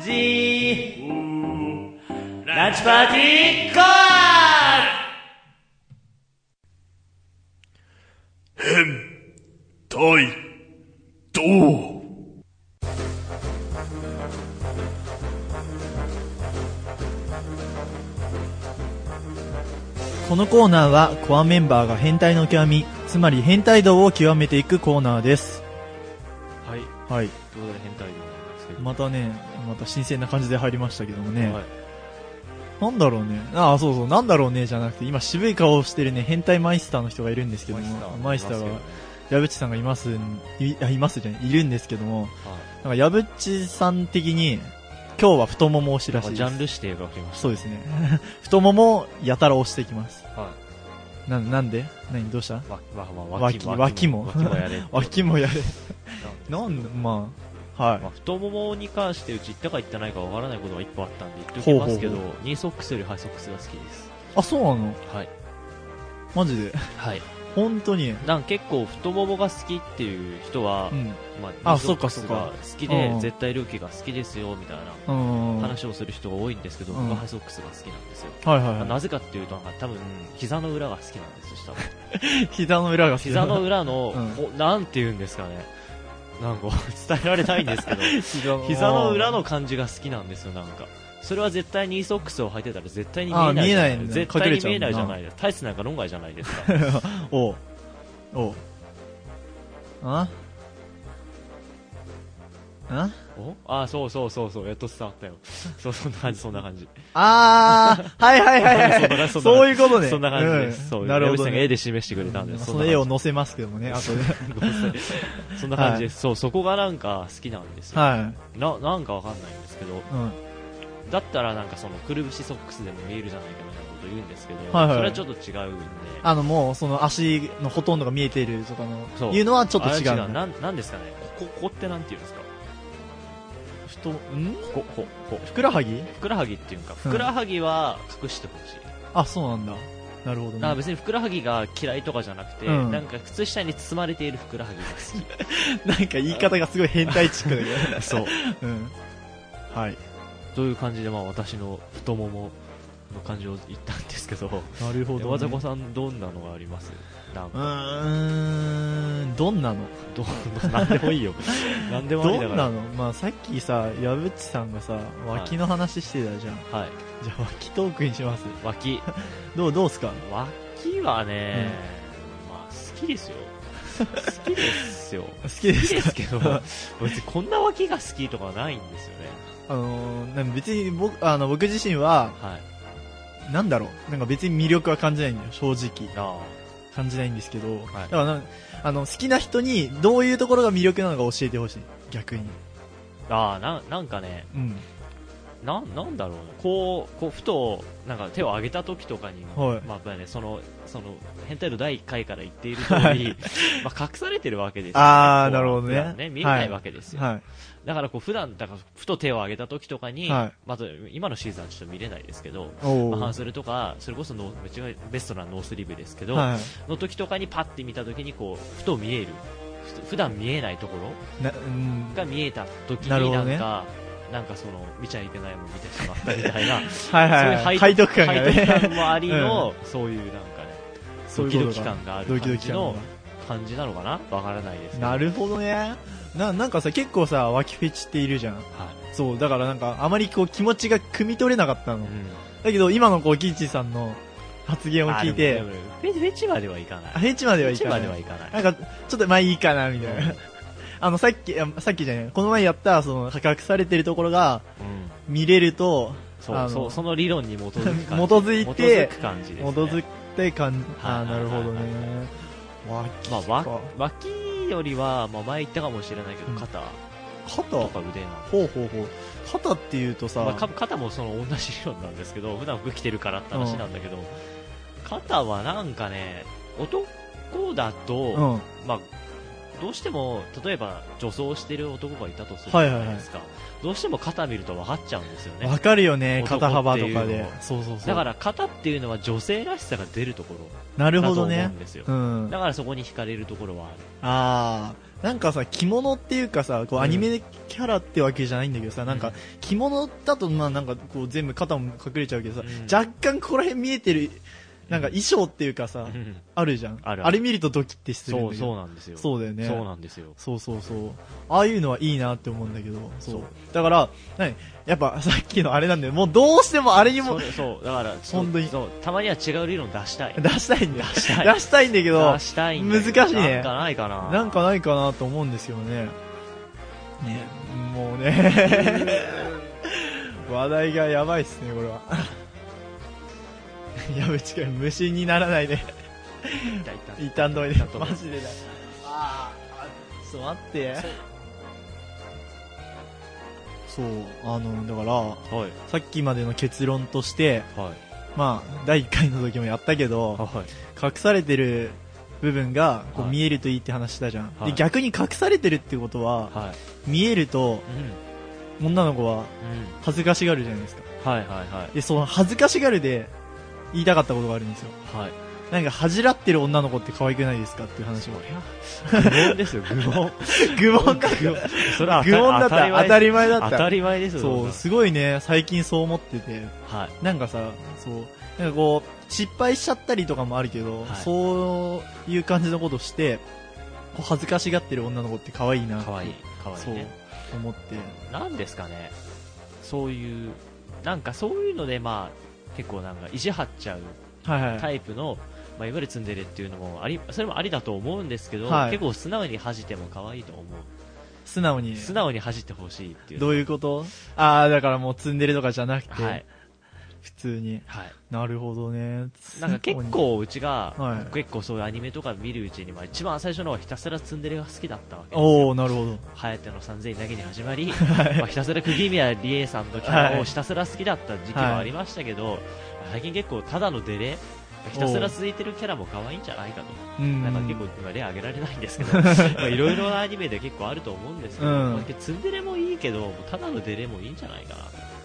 じランチパーティーコア対どうこのコーナーはコアメンバーが変態の極みつまり変態度を極めていくコーナーですはい。はいということで変態なんですけど。またねまた新鮮な感じで入りましたけどもね、はい。なんだろうねああそうそうなんだろうねじゃなくて今渋い顔をしてるね変態マイスターの人がいるんですけどもマイスターいまがす矢渕さんがいますいあいますじゃないいるんですけどもけどはいなんか矢渕さん的に今日は太ももを押しらしいあですジャンル指定が起きましそうですね 太ももをやたら押してきますた。はななんで何どうしたい。わ、わ、わ、脇脇もやれ。 脇もやれなんだまあはい、まあ、太ももに関してうち行ったか行ってないかわからないことが一個あったんで言っときますけど、ほうほニーソックスよりハイソックスが好きです。あそうなのはい。マジではい。本当になんか結構太ももが好きっていう人はう、んまあ、あニーソックそスっかが好きうでん、絶対ルーキーが好きですよ、みたいなうんはい話をする人が多いんですけど、うん僕はハイソックスが好きなんですよ。はいまあはなぜかっていうと、なんか多分、膝の裏が好きなんですよ、 下はい膝の裏が好きだ膝の裏の、うこうなんて言うんですかね。なんか伝えられないんです けど、膝の膝の裏の感じが好きなんですよ、なんか。それは絶対にソックスを履いてたら絶対に見えないじゃあー見えないんだ絶対に見えない隠れちじゃゃうもんなないですか。タイツなんか論外じゃないですか。おうおうああおあー、そうそうそうそう、やっと伝わったよ。 そう、そんな感じ、そんな感じ。あ ー、はいはいはいはそい。んな感じそういうことね。そんな感じです。うんそう、なるほ矢口どさんがね、絵で示してくれたんで、まあすその絵を載せますけどもね、後で。 ごめんなさいそんな感じです。そう、そこがなんか好きなんですよ。はな、なんかわかんないんですけど、い。うん。だったらなんかそのくるぶしソックスでも見えるじゃないかみたいなこと言うんですけど、はいはいそれはちょっと違うんで。あの、もう、その足のほとんどが見えているとかその、ういうのはちょっと違うあれんだ。なんなんですかねここここってなんて言うんですか太、んここここふくらはぎふくらはぎっていうかふくらはぎは隠してほしい、あ、そうなんだ。なるほどあね。別にふくらはぎが嫌いとかじゃなくて、うんなんか靴下に包まれているふくらはぎが好きなんか言い方がすごい変態チックだけ そうど。 うん。はい。という感じでまあ私の太ももの感じを言ったんですけ どなるほど山ね。迫さんどんなのがありますなんうかーん、どんなのどどなんでも いいよなんでもありだどかんらなのまあさっきさ、矢渕さんがさ、脇の話してたじゃん。 はいじゃあ脇トークにします。脇どう、どうっすか脇はね、まあ好きですよ好きですよ好きで好きですすかけ ど別にこんな脇が好きとかはないんですよねあのー、なん別に僕、あの、僕自身は、はいなんだろう、なんか別に魅力は感じないんだよ、正直。なあ感じないんですけど、はだいからなんあの、好きな人にどういうところが魅力なのか教えてほしい。逆に。ああななんかねうん。なんなんだろうなこうこうふとなんか手を上げた時とかに、はいまあやっぱりね、そのその変態の第1回から言っている通り まあ隠されてるわけですよ、あこーうなるほどね普段見えなはいいわけですよ、はだからこう普段だからふと手を上げた時とかに、はいまず今のシーズンはちょっと見れないですけど、い。おまあ、ー半袖とかそれこそノーうちがベストなノースリーブですけど、はの時とかにパッて見た時にこうふと見えるふと普段見えないところい。な、うん。が見えた時にななるんほかどねなんかその見ちゃいけないもん見てしまったみたい なはいはいそうはいい。う背徳感がね。背徳感もありの、そういうなんかね そうドいうキことドキ感があドるキ感ドキじ感のが感じなのかなわからないですけどなるほどね。な、なんかさ、結構さ、脇フェチっているじゃん。はいそう、だからなんか、あまりこう気持ちが汲み取れなかったうの。んだけど、今のこう、ギッチーさんの発言をあ聞いでても、でもフェフェチまではいかないあフェチまではいフェチかなまいで。はいかないなんか、ちょっとまあいいかな、みたいな。あの、さっき、あさっきじゃない、この前やった、その、隠されてるところがうん見れると、あそうのそうその理論に基づく基感じづいて基づ、く感じです、基ね、づいて感じ、あはあ、いなるほどねはい。脇まか、あ、わ脇よりは、まあ、前言ったかもしれないけうんど肩と肩ほか腕なの、うほうほう。肩っていうとさ、まあ、か肩もその同じ理論なんですけど普段服着てるからって話なんだけど、肩はなんかね男だうと、ん。まあ、どうしても例えば女装してる男がいたとするじはいはゃいはいないですか、どうしても肩見ると分かっちゃうんですよねわかるよね、男肩幅とっかていうでの。もそうそうそう。だから肩っていうのは女性らしさが出るところなるだほとど思うねん。ですよ、うん。だからそこに惹かれるところはあるああ、なんかさ着物っていうかさこうアニメキャラってわけじゃないんだけどさ、なんか着物だとまあなんかこう全部肩も隠れちゃうけどさ、うん若干ここら辺見えてるなんか衣装っていうかさ、うんあるじゃんあるあるれ見るとドキッてするんそだうけどそうなんですよそうだよねそうなんですよそうそうそうああいうのはいいなって思うんだけどそうそうだから何やっぱさっきのあれなんだよもうどうしてもあれにそもうそうだからそう本当にそうたまには違う理論出したい出したいんだ 出したいしたいんだけど出したいんだけど難しいねなんかないかななんかないかなと思うんですよね。ね、もう ね。話題がやばいっすね、これは。 やべ、近い。虫にならないで。いたいたいたんどいいでたん。どマいジでだ。あーあ、ちょっと待って。そう、あの、だから、はいさっきまでの結論として、はいまあ、第1回の時もやったけど、はい隠されてる部分がこうはい見えるといいって話したじゃん。はいで、逆に隠されてるってことは、はい見えるとうん女の子はうん恥ずかしがるじゃないですかはいはいはいでその恥ずかしがるで言いたかったことがあるんですよはいなんか恥じらってる女の子って可愛くないですかっていう話そをりゃ愚問ですよ愚問 愚問だっ愚問それはた愚問だった当たり前だ当ったたり前ですよそうすごいね最近そう思っててそんなはいなんかさそうなんかこう失敗しちゃったりとかもあるけど、はいそういう感じのことしてこう恥ずかしがってる女の子って可愛いなかわいいかわいいねそう思ってなんですかねそういうなんかそういうのでまあ結構なんか意地張っちゃうはいはいタイプの、まあ、いわゆるツンデレっていうのもありそれもありだと思うんですけど、はい結構素直に恥じても可愛いと思素直にう素直に恥じてほしいっていうどういうことああ、だからもう積んでるとかじゃなくて、はい普通に。はいなるほどね。なんか結構うちが、はい結構そういうアニメとか見るうちに、まあ、一番最初のはひたすらツンデレが好きだったわけですおよおなるほど。ハヤテの3000投げに始ま り、まあ、ひたすら釘宮理恵さんのキャラをひたすら好きだった時期もありましたけど、最近結構ただのデレひたすら続いてるキャラも可愛いんじゃないかとうん。なんか結構今例挙げられないんですけ どまあいろいろなアニメで結構あると思うんですけど、うんまあツンデレもいいけどもうただのデレもいいんじゃないかな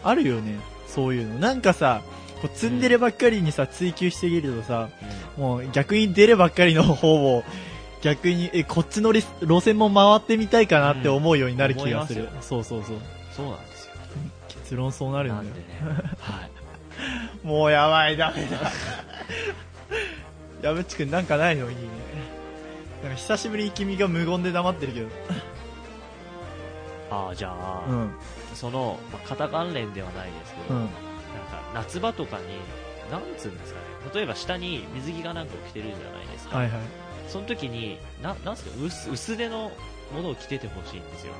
あるよね。そういうの。なんかさ、こう積んでるばっかりにさ、追求しすぎるとさ、もう逆に出るばっかりの方を、逆に、え、こっちのり路線も回ってみたいかなって思うようになる気がすうんる思い。そうそうそう。そうなんですよ結論そうなるんなだんよで。ね、はい、もうやばい、ダメだ。 やぶっちくん、なんかないのいいね。なんか久しぶりに君が無言で黙ってるけど。ああじゃあ、うん。その、まあ、肩関連ではないですけうど、なんん。か夏場とかになんつうんですかね例えば下に水着がなんか着てるじゃないですか、はいはい。その時にななんすか薄薄手のものを着ててほしいんですよ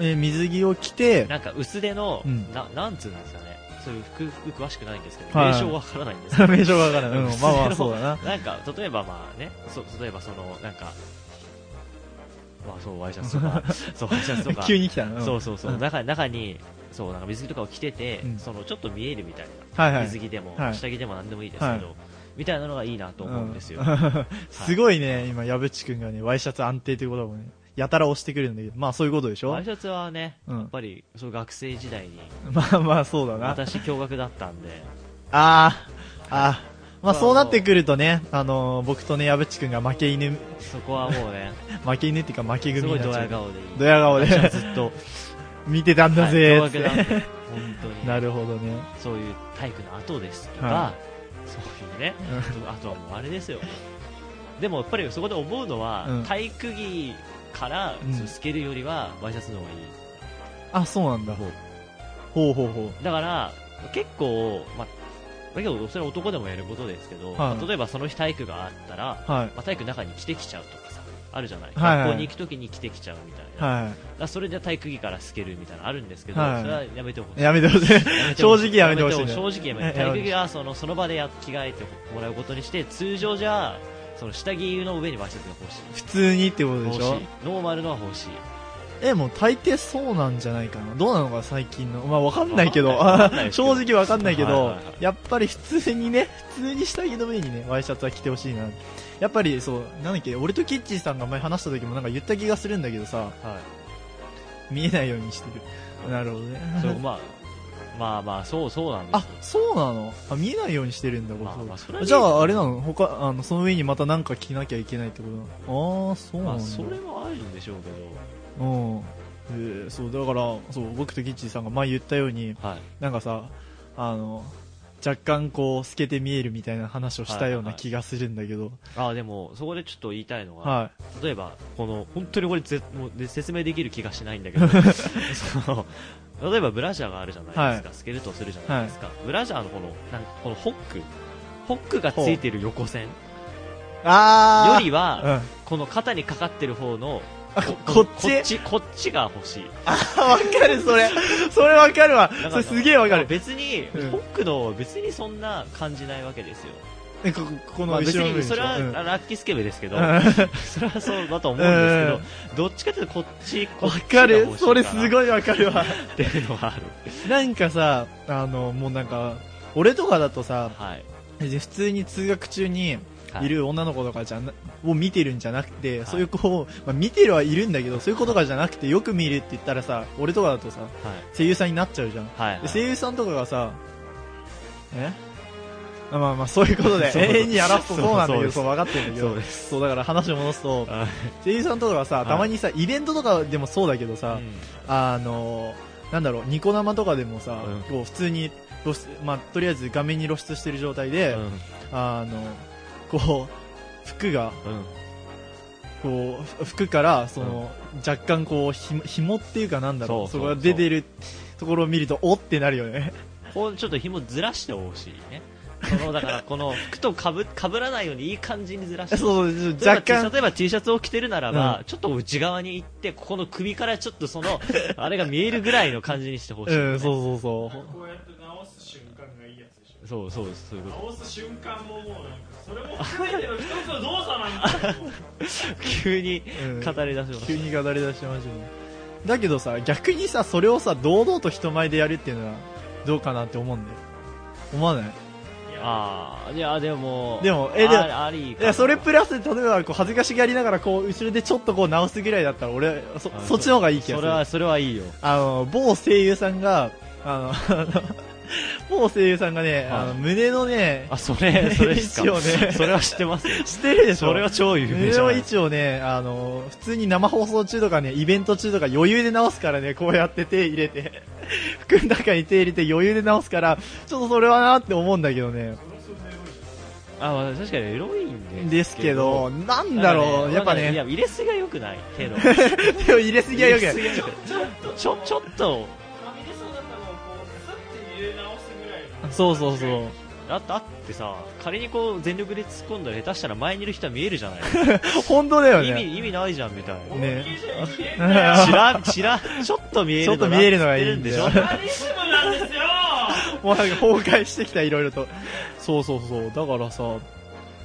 えー水着を着て、なんか薄手の、うんななんつうんですかねそういう服服詳しくないんですけど、はい名称わからないんですけど 名称がわからない。うん、薄手まあのまあそうだな。なんか、例えばまあね、そ例えばその、なんか、まあそう、ワイシャツと か、そう、ワイシャツとか、急に来たな。うんそうそうそう、ん中中に、そう、なんか水着とかを着てて、うんそのちょっと見えるみたいはいな、はい。水着でも、はい下着でもなんでもいいですけど、みたいなのがいいなと思うんですよ。うすごいね、今、矢渕くんがね、ワイシャツ安定ということもね、やたら押してくるんだけ ど、まあそういうことでしょワイシャツはね、うん やっぱり、そう学生時代に、まあまあそうだな。あ私、驚愕だったんで、あー、あー。ままああそうなってくるとね、あのー、僕とね、矢渕くんが負け犬、そこはもうね、負け 犬っていうか負けす組ごにいなっドちゃヤう。顔でいい。ドヤ顔で私 はずっ と、見てたんだはいぜ驚っつ愕っなんて。で、本当に。 なるほどね。そういう体育の後ですとか、はそういうね、 あとはもうあれですよ、でもやっぱりそこで思うのは、うん体育着からうんそう透けるよりはワイシャツの方がいい、あ、そうなんだ。ほうほうほう。だから結構、まあ、だけどそれは男でもやることですけど、はいまあ例えばその日体育があったら、はい。まあ、体育の中に着てきちゃうとかさ、あるじゃない、はいはい学校に行くときに着てきちゃうみたいな、だかはらそれで体育着から透けるみたいなのあるんですけど、はいそれはやめてほしい。い。やめてほしい。 正直やめてほしいね。正直やめてええ体育着はそのその場でや着替えてもらうことにして通常じゃその下着の上にワイシャツが欲しい普通にってことでし欲しょいノーマルのは欲しいえ、もう大抵そうなんじゃないかな。どうなのか最近の。まあわかんないけどわかんない、ですけど 正直わかんないけはいどはいはい、やっぱり普通にね、普通に下着の上にね、ワイシャツは着てほしいな。やっぱりそう、なんだっけ、俺とキッチーさんが前話した時もなんか言った気がするんだけどさ、は見えないようにしてる。なるほどいそれね。まあまあまあ、そうそうなんで あすよ。そうなのあ見えないようにしてるんだ僕、まあまあそれはねじゃああれなの他あのその上にまた何か着なきゃいけないってことなのああそうなまんあ、だ、それもあるんでしょうけうんえーそうだからそう僕とギッチーさんが前言ったようにど、はい。なんかさあの若干こう透けて見えるみたいな話をしたような気がするんだけどああ、でも、そこでちょっと言いたいのが、は例えば、この、本当にこれぜもうね説明できる気がしないんだけど、 その、例えばブラジャーがあるじゃないですか、はいスケルトンするじゃないですか、ブラジャーのこの、なんこのホック、ホックがついてる横線よい、あありは、うんこの肩にかかってる方の、あここっちこっち、こっちが欲しい。わかるそれ それわかるわだそかられすげえわかる別に、うんホックの別にそんな感じないわけですよ。えこここまのあ、別後ろの部に分でしょそれは、うんあラッキースケベですけど、うんそれはそうだと思うんですけど、どっちかというとこっち、こっ わちがか欲しいるそれすいごいわかるわっていうのはある。なんかさあのもうなんか俺とかだとさはい。普通に通学中にはいる女の子とかじゃな、を見てるんじゃなくて、いそういう子を、まあ、見てるはいるんだけどそういう子とかじゃなくてよく見るって言ったらさ俺とかだとさはい。声優さんになっちゃうじゃん、はい、はい。で声優さんとかがさえあまあまあそういうこと でそう永遠にやらすとそうなんだけどそそうう分かってるんだけどそうでそうだから話を戻すとあ声優さんとかがさたまにさイベントとかでもそうだけどさ、うんあのなんだろうニコ生とかでもさ、うんこう普通に露出、まあ、とりあえず画面に露出してる状態で、うんあのこう服がうんこうふ服からその、若干こうひも紐っていうかなんだろうそそうこそうが出てるところを見るとおってなるよねこうちょっと紐ずらしてほしいね。その、だから、こ の服とかぶ、かぶらないようにいい感じにずらして そほうしいそうそう例えば若干 T 例えば T シャツを着てるならば、うちょっと内側に行って、ここの首からちょっとその、 あれが見えるぐらいの感じにしてほしい、うんう。そうそうそうこうやって直す瞬間がいいやつでしょそうそう、そういうこ直す瞬間ももうなんかそれも含めての一つの動作なんだよと。急にうん語り出せま急しに語り出してましたねだけどさ逆にさそれをさ堂々と人前でやるっていうのはどうかなって思うんだよ思わないた。ああ、いや、でも、でもえでもあありかいやそれプラス例えばこう恥ずかしがりながらこう後ろでちょっとこう直すぐらいだったら俺そあそっちの方がいい気がそすれるは、それはいいよ。あの某声優さんがあの 某声優さんがね、はいあの胸のねあ、それ、それですか。 一応ねそれは知ってますよ。知ってるでし ょそれは超有名胸じゃのな位い置をねあの普通に生放送中とかねイベント中とか余裕で直すからねこうやって手入れて 服の中に手入れて余裕で直すからちょっとそれはなって思うんだけどねあ、まあ、確かにエロいんで。ですけど、なんだろう、やっぱいや、ね入れすぎは良くないけ ど。手を入れすぎはよくない入れすぎは良くないちょ、ちょっと、はみ出そうだったのをこうスッて入れ直すぐらいのそうそうそうだってあってさ仮にこう全力で突っ込んだら下手したら前にいる人は見えるじゃない 本当だよ意ね味意味ないじゃんみたいなねいいじゃんいいねちらちらちょっと見えるの ちょっと見えるのがいい知ってるんでしょいいんだカリズムなんですよもうなんか崩壊してきた、いろいろと。そうそうそう。だからさ、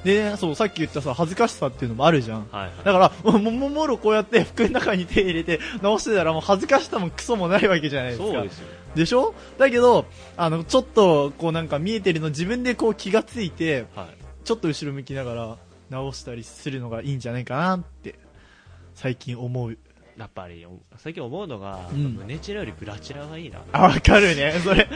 でね、そう、さっき言ったさ、恥ずかしさっていうのもあるじゃん。はいはいだから、も、もももろこうやって服の中に手入れて直してたらもう恥ずかしさもクソもないわけじゃないですか。そうですよでしょだけど、あの、ちょっと、こうなんか見えてるの自分でこう気がついて、はいちょっと後ろ向きながら直したりするのがいいんじゃないかなって、最近思う。やっぱり最近思うのが、うん胸チラよりブラチラがいいなあ、わかるね。それ、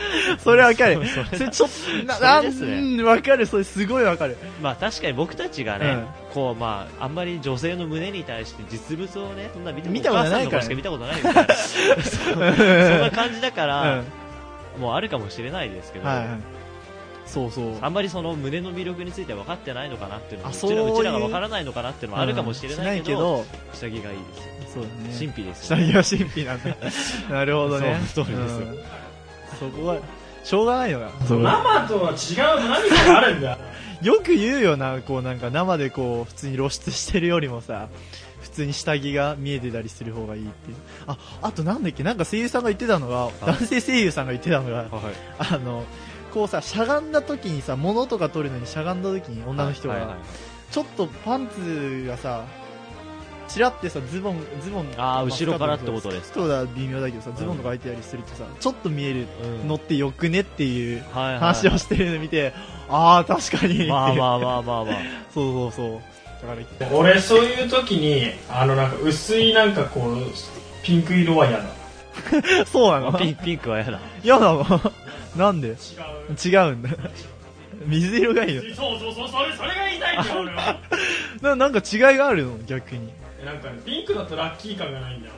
それわかる。そうそれ それちょっと、な、なそれですねん、わかる。それすごいわかる。まあ確かに僕たちがね、こうまああんまり女性の胸に対して実物をねそんな見た見たことないお母さんの顔しか見たことないから そうそんな感じだかうらん、。もうあるかもしれないですけど、はいはい、そうそうあんまりその胸の魅力については分かってないのかなっていうのもあうちらそういううちらが分からないのかなっていうのもあるかもしれないけど,、下着がいいですようんそうだね神秘です下よね着は神 秘なんだなるほどねそうそうですようんそこはしょうがないのかママとは違う何かがあるんだよく言うよなこうなんか生でこう普通に露出してるよりもさ普通に下着が見えてたりする方がいいっていうああとなんだっけなんか声優さんが言ってたのが男性声優さんが言ってたのがはいあのこうさしゃがんだ時にさ物とか取るのにしゃがんだ時に女の人が、はいはいはいちょっとパンツがさ、ちらってさ、ズボン、ズボン、あーま後ろからってことですスカートだと微妙だけどさ、ズボンとか開いてたりするとさ、ちょっと見えるうんのってよくねっていうはいはい話をしてるの見て、ああ、確かにっていう。まあまあまあまあまあ そうそうそう。だから、俺そういう時にあのなんか薄いなんかこうピンク色は嫌だそうなのピンピンクは嫌だ。嫌なのなんで違う違うんだ。水色がいいのそうそうそうそれそれが言いたいんだよ俺はななんか違いがあるの逆に。えなんかねピンクだとラッキー感がないんだよ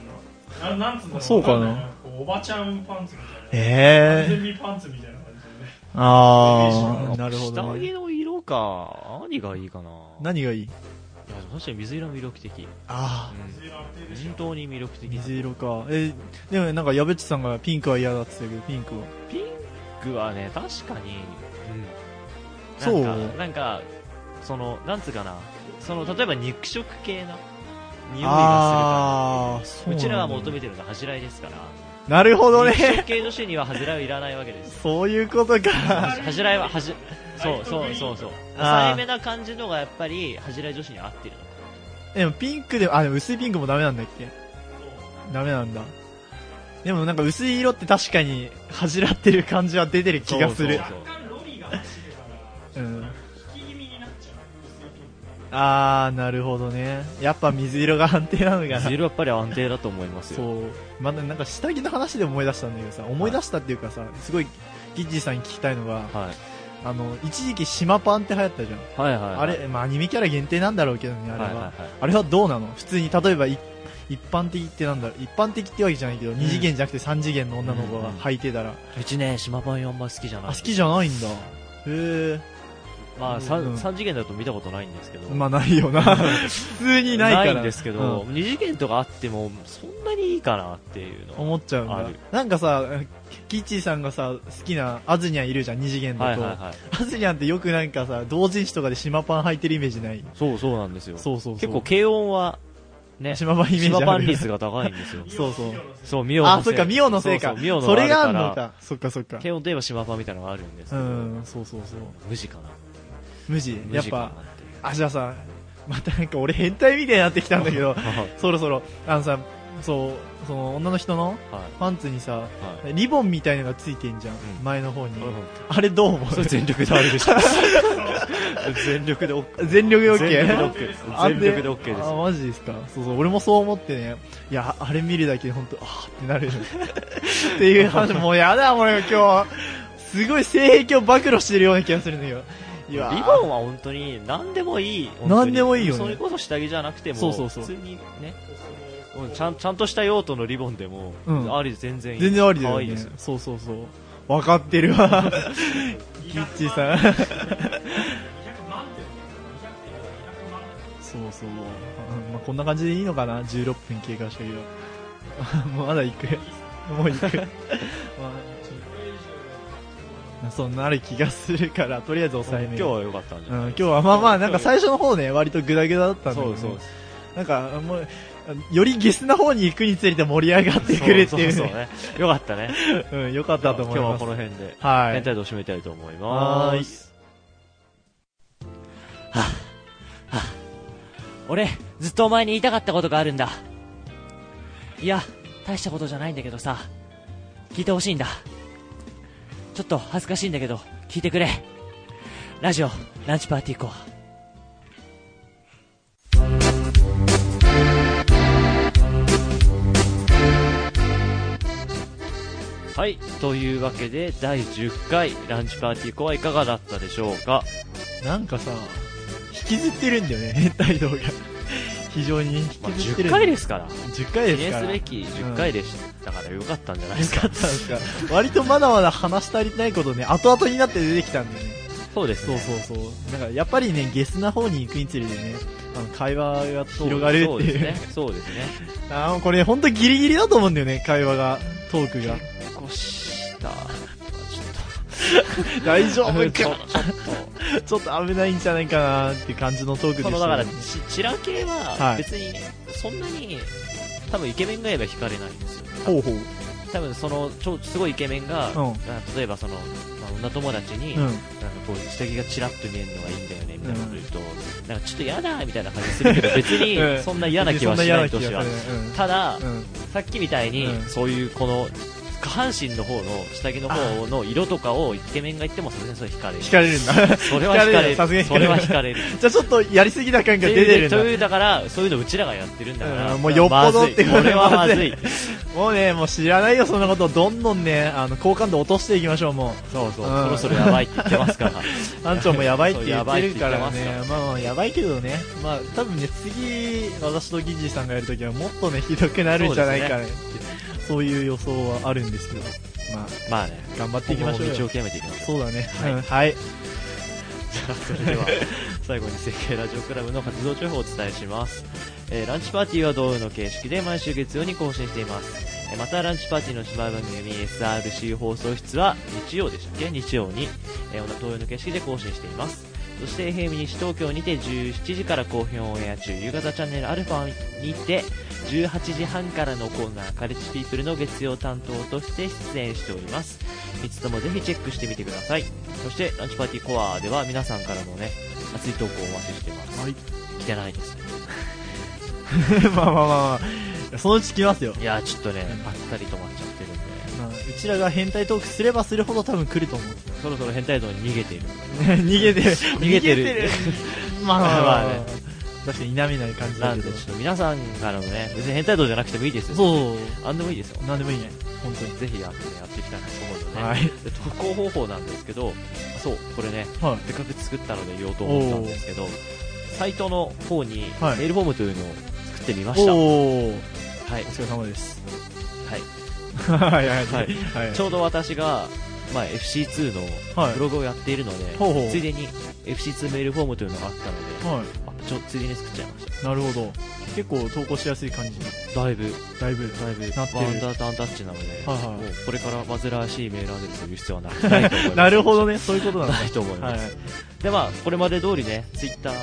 あのななんつうんだろそうかなわんいこうおばちゃんパンツみたいな完ええ全にパンツみたいな感じでねー。ああ、なるほど、下着ね。の色か。何がいいかな。い何がいいや、確かに水色も魅力的。ああ、う水色安定でん。し本当に魅力的。水色か。え、でもなんか矢部っちさんがピンクは嫌だって言ってたけど、ピンクは。ピンクはね、確かに、そうなんか、なんか、その、なんつうかな、その、例えば肉食系な、匂いがああ、すそるから、うちらが求てめてるのは恥じらいですから、なるほど肉ね。 食系女子には恥じらいはいらないわけ です。そういうことか。 恥じらいは、恥じ、そうそうそうそう。あー抑えめな感じのがやっぱり、恥じらい女子に合ってる の。でもピンクでも、あ、でも薄いピンクもダメなんだっけダメなんだ。でもなんか薄い色って確かに恥じらってる感じは出てる気がすょる。そう若干ロリが走るからうん引き気味になっちゃう薄いピンクがあー、なるほどね。やっぱ水色が安定なのか水な。色やっぱり安定だと思いますよ。そう。まだなんか下着の話で思い出したんだけどさ、思い出したっていうかさ、すごい、ギッチーさんに聞きたいのが、はい。あの、一時期島パンって流行ったじゃん。はいはいはい。あれ、まあアニメキャラ限定なんだろうけどね、あはれいはは。いはい。あれはどうなの普通に、例えばい一般的ってなんだろう一般的ってわけじゃないけど、二次元じゃなくて三次元の女の子が履いてたら、うちね、島パンあんま好きじゃない。あ、好きじゃないんだ。へえ。まあ、うん三三次元だと見たことないんですけど。まあないよ な。普通にないから。んですけど、二次元とかあってもそんなにいいかなっていううんの思っちゃうんあだる。なんかさ、キッチーさんがさ、好きなアズニャンいるじゃん、二次元はだいと。はいはいアズニャンってよくなんかさ、同人誌とかで島パン履いてるイメージないそうそうなんですよそうそうそう。結構、軽音はね島パンイメージある。島パン率が高いんですよそう そうミオのせいそうミオのせいあ、そっそうか、ミオのせいか。そうミオのそれがあるんのからか。そっかそっか。軽音といえば島パンみたいなのがあるんですうけどん、そうそうそう。無地かな無地。無やっ地かなぱっ、ていう、あ、じゃあさ、またなんか俺変態みたいになってきたんだけど はいそろそろ、あのさ、そう、その女の人の はいパンツにさ、はリボンみたいのがついてんじゃん、うん前の方に、うんあれどう思それう全力であれで した全力で OK 全力で OK? 全力で OK ですあ全力で OK ですあ、マジですかそうそう、俺もそう思ってね。いや、あれ見るだけで本当あーってなるよね。 っていう話、もうやだ、俺今日。すごい性癖を暴露してるような気がするんだけど。いリボやンーは本当に何でもいい本当に何でもいいよねそれこそ下着じゃなくてもそうそうそう普通にねそうんのちゃんちゃんとした用途のリボンでも、うんあり全然いい全然ありだ可よ愛いねですよ。そうそうそう。わかってるわ。キッチーさん。 200万点200点200万そうそう。うんまあ、こんな感じでいいのかな ?16 分経過したけど。 もうまだ行く。もう行く。 まあ、そうなる気がするから、とりあえず抑え今め日よう。は良かったんじゃうん、ない今日はまあまあ、なんか最初の方ね、割とグダグダだったんだけそど、うそうなんか、もう、よりゲスな方に行くにつれて盛り上がってくれっていうね。そうそうねよかったね うん、よかったと今思日いはまこす。の辺では全い。体で締めたいと思いはまーいす俺ずっとお前に言いたかったことがあるんだいや大したことじゃないんだけどさ聞いてほしいんだちょっと恥ずかしいんだけど聞いてくれラジオランチパーティーコアはいというわけで第10回ランチパーティーコアいかがだったでしょうかなんかさ、引きずってるんだよね、変態動画。非常に引まあ、きずって10る。回ですから10回記です念かすら。べき10回でしたからよかったんじゃないですか、かったんですか割とまだまだ話し足りないことね、後々になって出てきたんでね。そうですそうねそうそう。だからやっぱりね、ゲスな方に行くにつれてね、あの、会話が広がるそうってですいう。ねそうですねあーもうこれほんとギリギリだと思うんだよね、会話が、トー クが。結構したちょ大丈っ夫とちょかちょっ ちょっと危ないんじゃないかなって感じのトー クとでこのしただからね、ちチラ系ははい別にそんなに多分イケメンがいれば惹かれないんですよほうほう。多分そのちょすごいイケメンが、うんあ例えばその、まあ女友達に、うなんかん。こう下着がチラッと見えるのがいいんだよねみたいなこと言うと、なんかちょっと嫌だみたいな感じするけど別うにんそんな嫌な気はしないとしはそんな嫌な気はただ、されないうん。さっきみたいに、うんそういうこの下半身の方の下着の方の色とかをイケメンが言ってもさすがにそれ惹かれる惹かれるんだ。 それは惹かれる惹かれるさすがそに惹かれれるは惹かれるじゃあちょっとやりすぎな 感が出てるんだと。いうだからそういうのうちらがやってるんだから、うんもうよっぽどってまずいこれはまずいもうね、もう知らないよ、そんなこと。どんどんね、あの、好感度落としていきましょ う、もそうそう、うんそろそろやばいって言ってますからう。班長もやばいって言ってるからそうやばいって言ってま。ねまあまあ、やばいけどね。まあ、多分ね、次、私とギジーさんがやるときはもっとね、ひどくなるんじゃないかねってそういう予想はあるんですけど。まあ、まあね頑張ってい今き後まもしょう道をよ。極めていきましょうそうだね。はい。はい、それでは最後に成形ラジオクラブの活動情報をお伝えします、えーランチパーティーは同様の形式で毎週月曜に更新しています、えーまたランチパーティーの芝居番組 SRC 放送室は日曜でしたっけ日曜に、えー、同様の形式で更新していますそして FM 西東京にて17時から後編オンエア中夕方チャンネルアルファにて18時半からのコーナーカレッジピープルの月曜担当として出演しております3つともぜひチェックしてみてくださいそしてランチパーティーコアでは皆さんからのね熱い投稿をお待ちしています、はい来てないですね まあまあまあまあ。そのうち来ますよ。いやーちょっとねばったり止まっちゃってるんでまあうちらが変態トークすればするほど多分来ると思う。そろそろ変態道に逃げている 逃げてる。 逃げてるまあまあまあ、まあね確かに否めない感じなだけんでどちょ。っと皆さんからのね別に変態道じゃなくてもいいですよそうなんでもいいですよなんでもいいね。本当に。ぜひあの、ね、やっていきたいなと思うので、ねはいで投稿方法なんですけどそうこれねはい。せっかく作ったので言おうと思ったんですけどサイトの方にはいメールフォームというのを作ってみました、はいおお。お疲れ様です。はい、はいはいははいい。はいちょうど私が、まあ、FC2 のはいブログをやっているので、ほうほうついでに FC2 メールフォームというのがあったので、はあちょついでに作っちゃいましい。なるほど。結構投稿しやすい感じに。ただいぶだいぶ。だいぶなってるワンダータンタッチなので、はいはいもうこれから煩わしいメールアドレスを言う必要はなくないと思います なるほどね。そういうことなんだ。ないと思い はまいす、。でまあこれまで通りねツイッター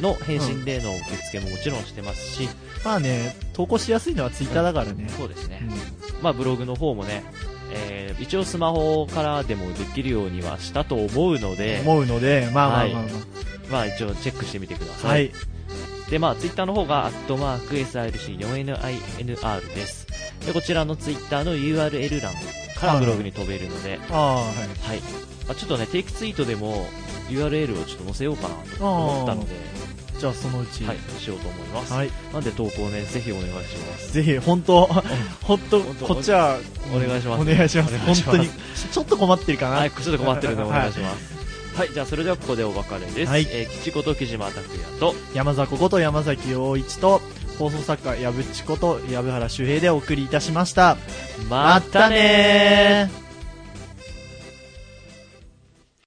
の返信での受付ももちろんしてますし、まあね、投稿しやすいのはツイッターだからね。そうですね、うまあ、ブログの方もね、えー一応スマホからでもできるようにはしたと思うのんで、思うので、まあまあはいまあままあ、一応チェックしてみてくだあ。さい、はい。で、まあ、ツイッターの方が、アットマーク SRC4NINR です。で、こちらのツイッターの URL 欄からブログに飛べるので、ああ、はい。はい。まあ、ちょっとね、定期ツイートでも URL をちょっと載せようかなと思ったので、じゃあそのうち。はい、しようと思います。はい。なんで投稿ね、ぜひお願いします。ぜひ、本当本当本当こっちは、お願いしますお願いしまおす。願いします本当に。ちょちょっと困ってるかな。はい、ちょっと困って るのでお願いしはます。はい、じゃあそれではここでお別れです。はいえー、吉子と木島拓也と、山迫こと山崎陽一と放送作家矢渕こと藪原周平でお送りいたしましたまたねーー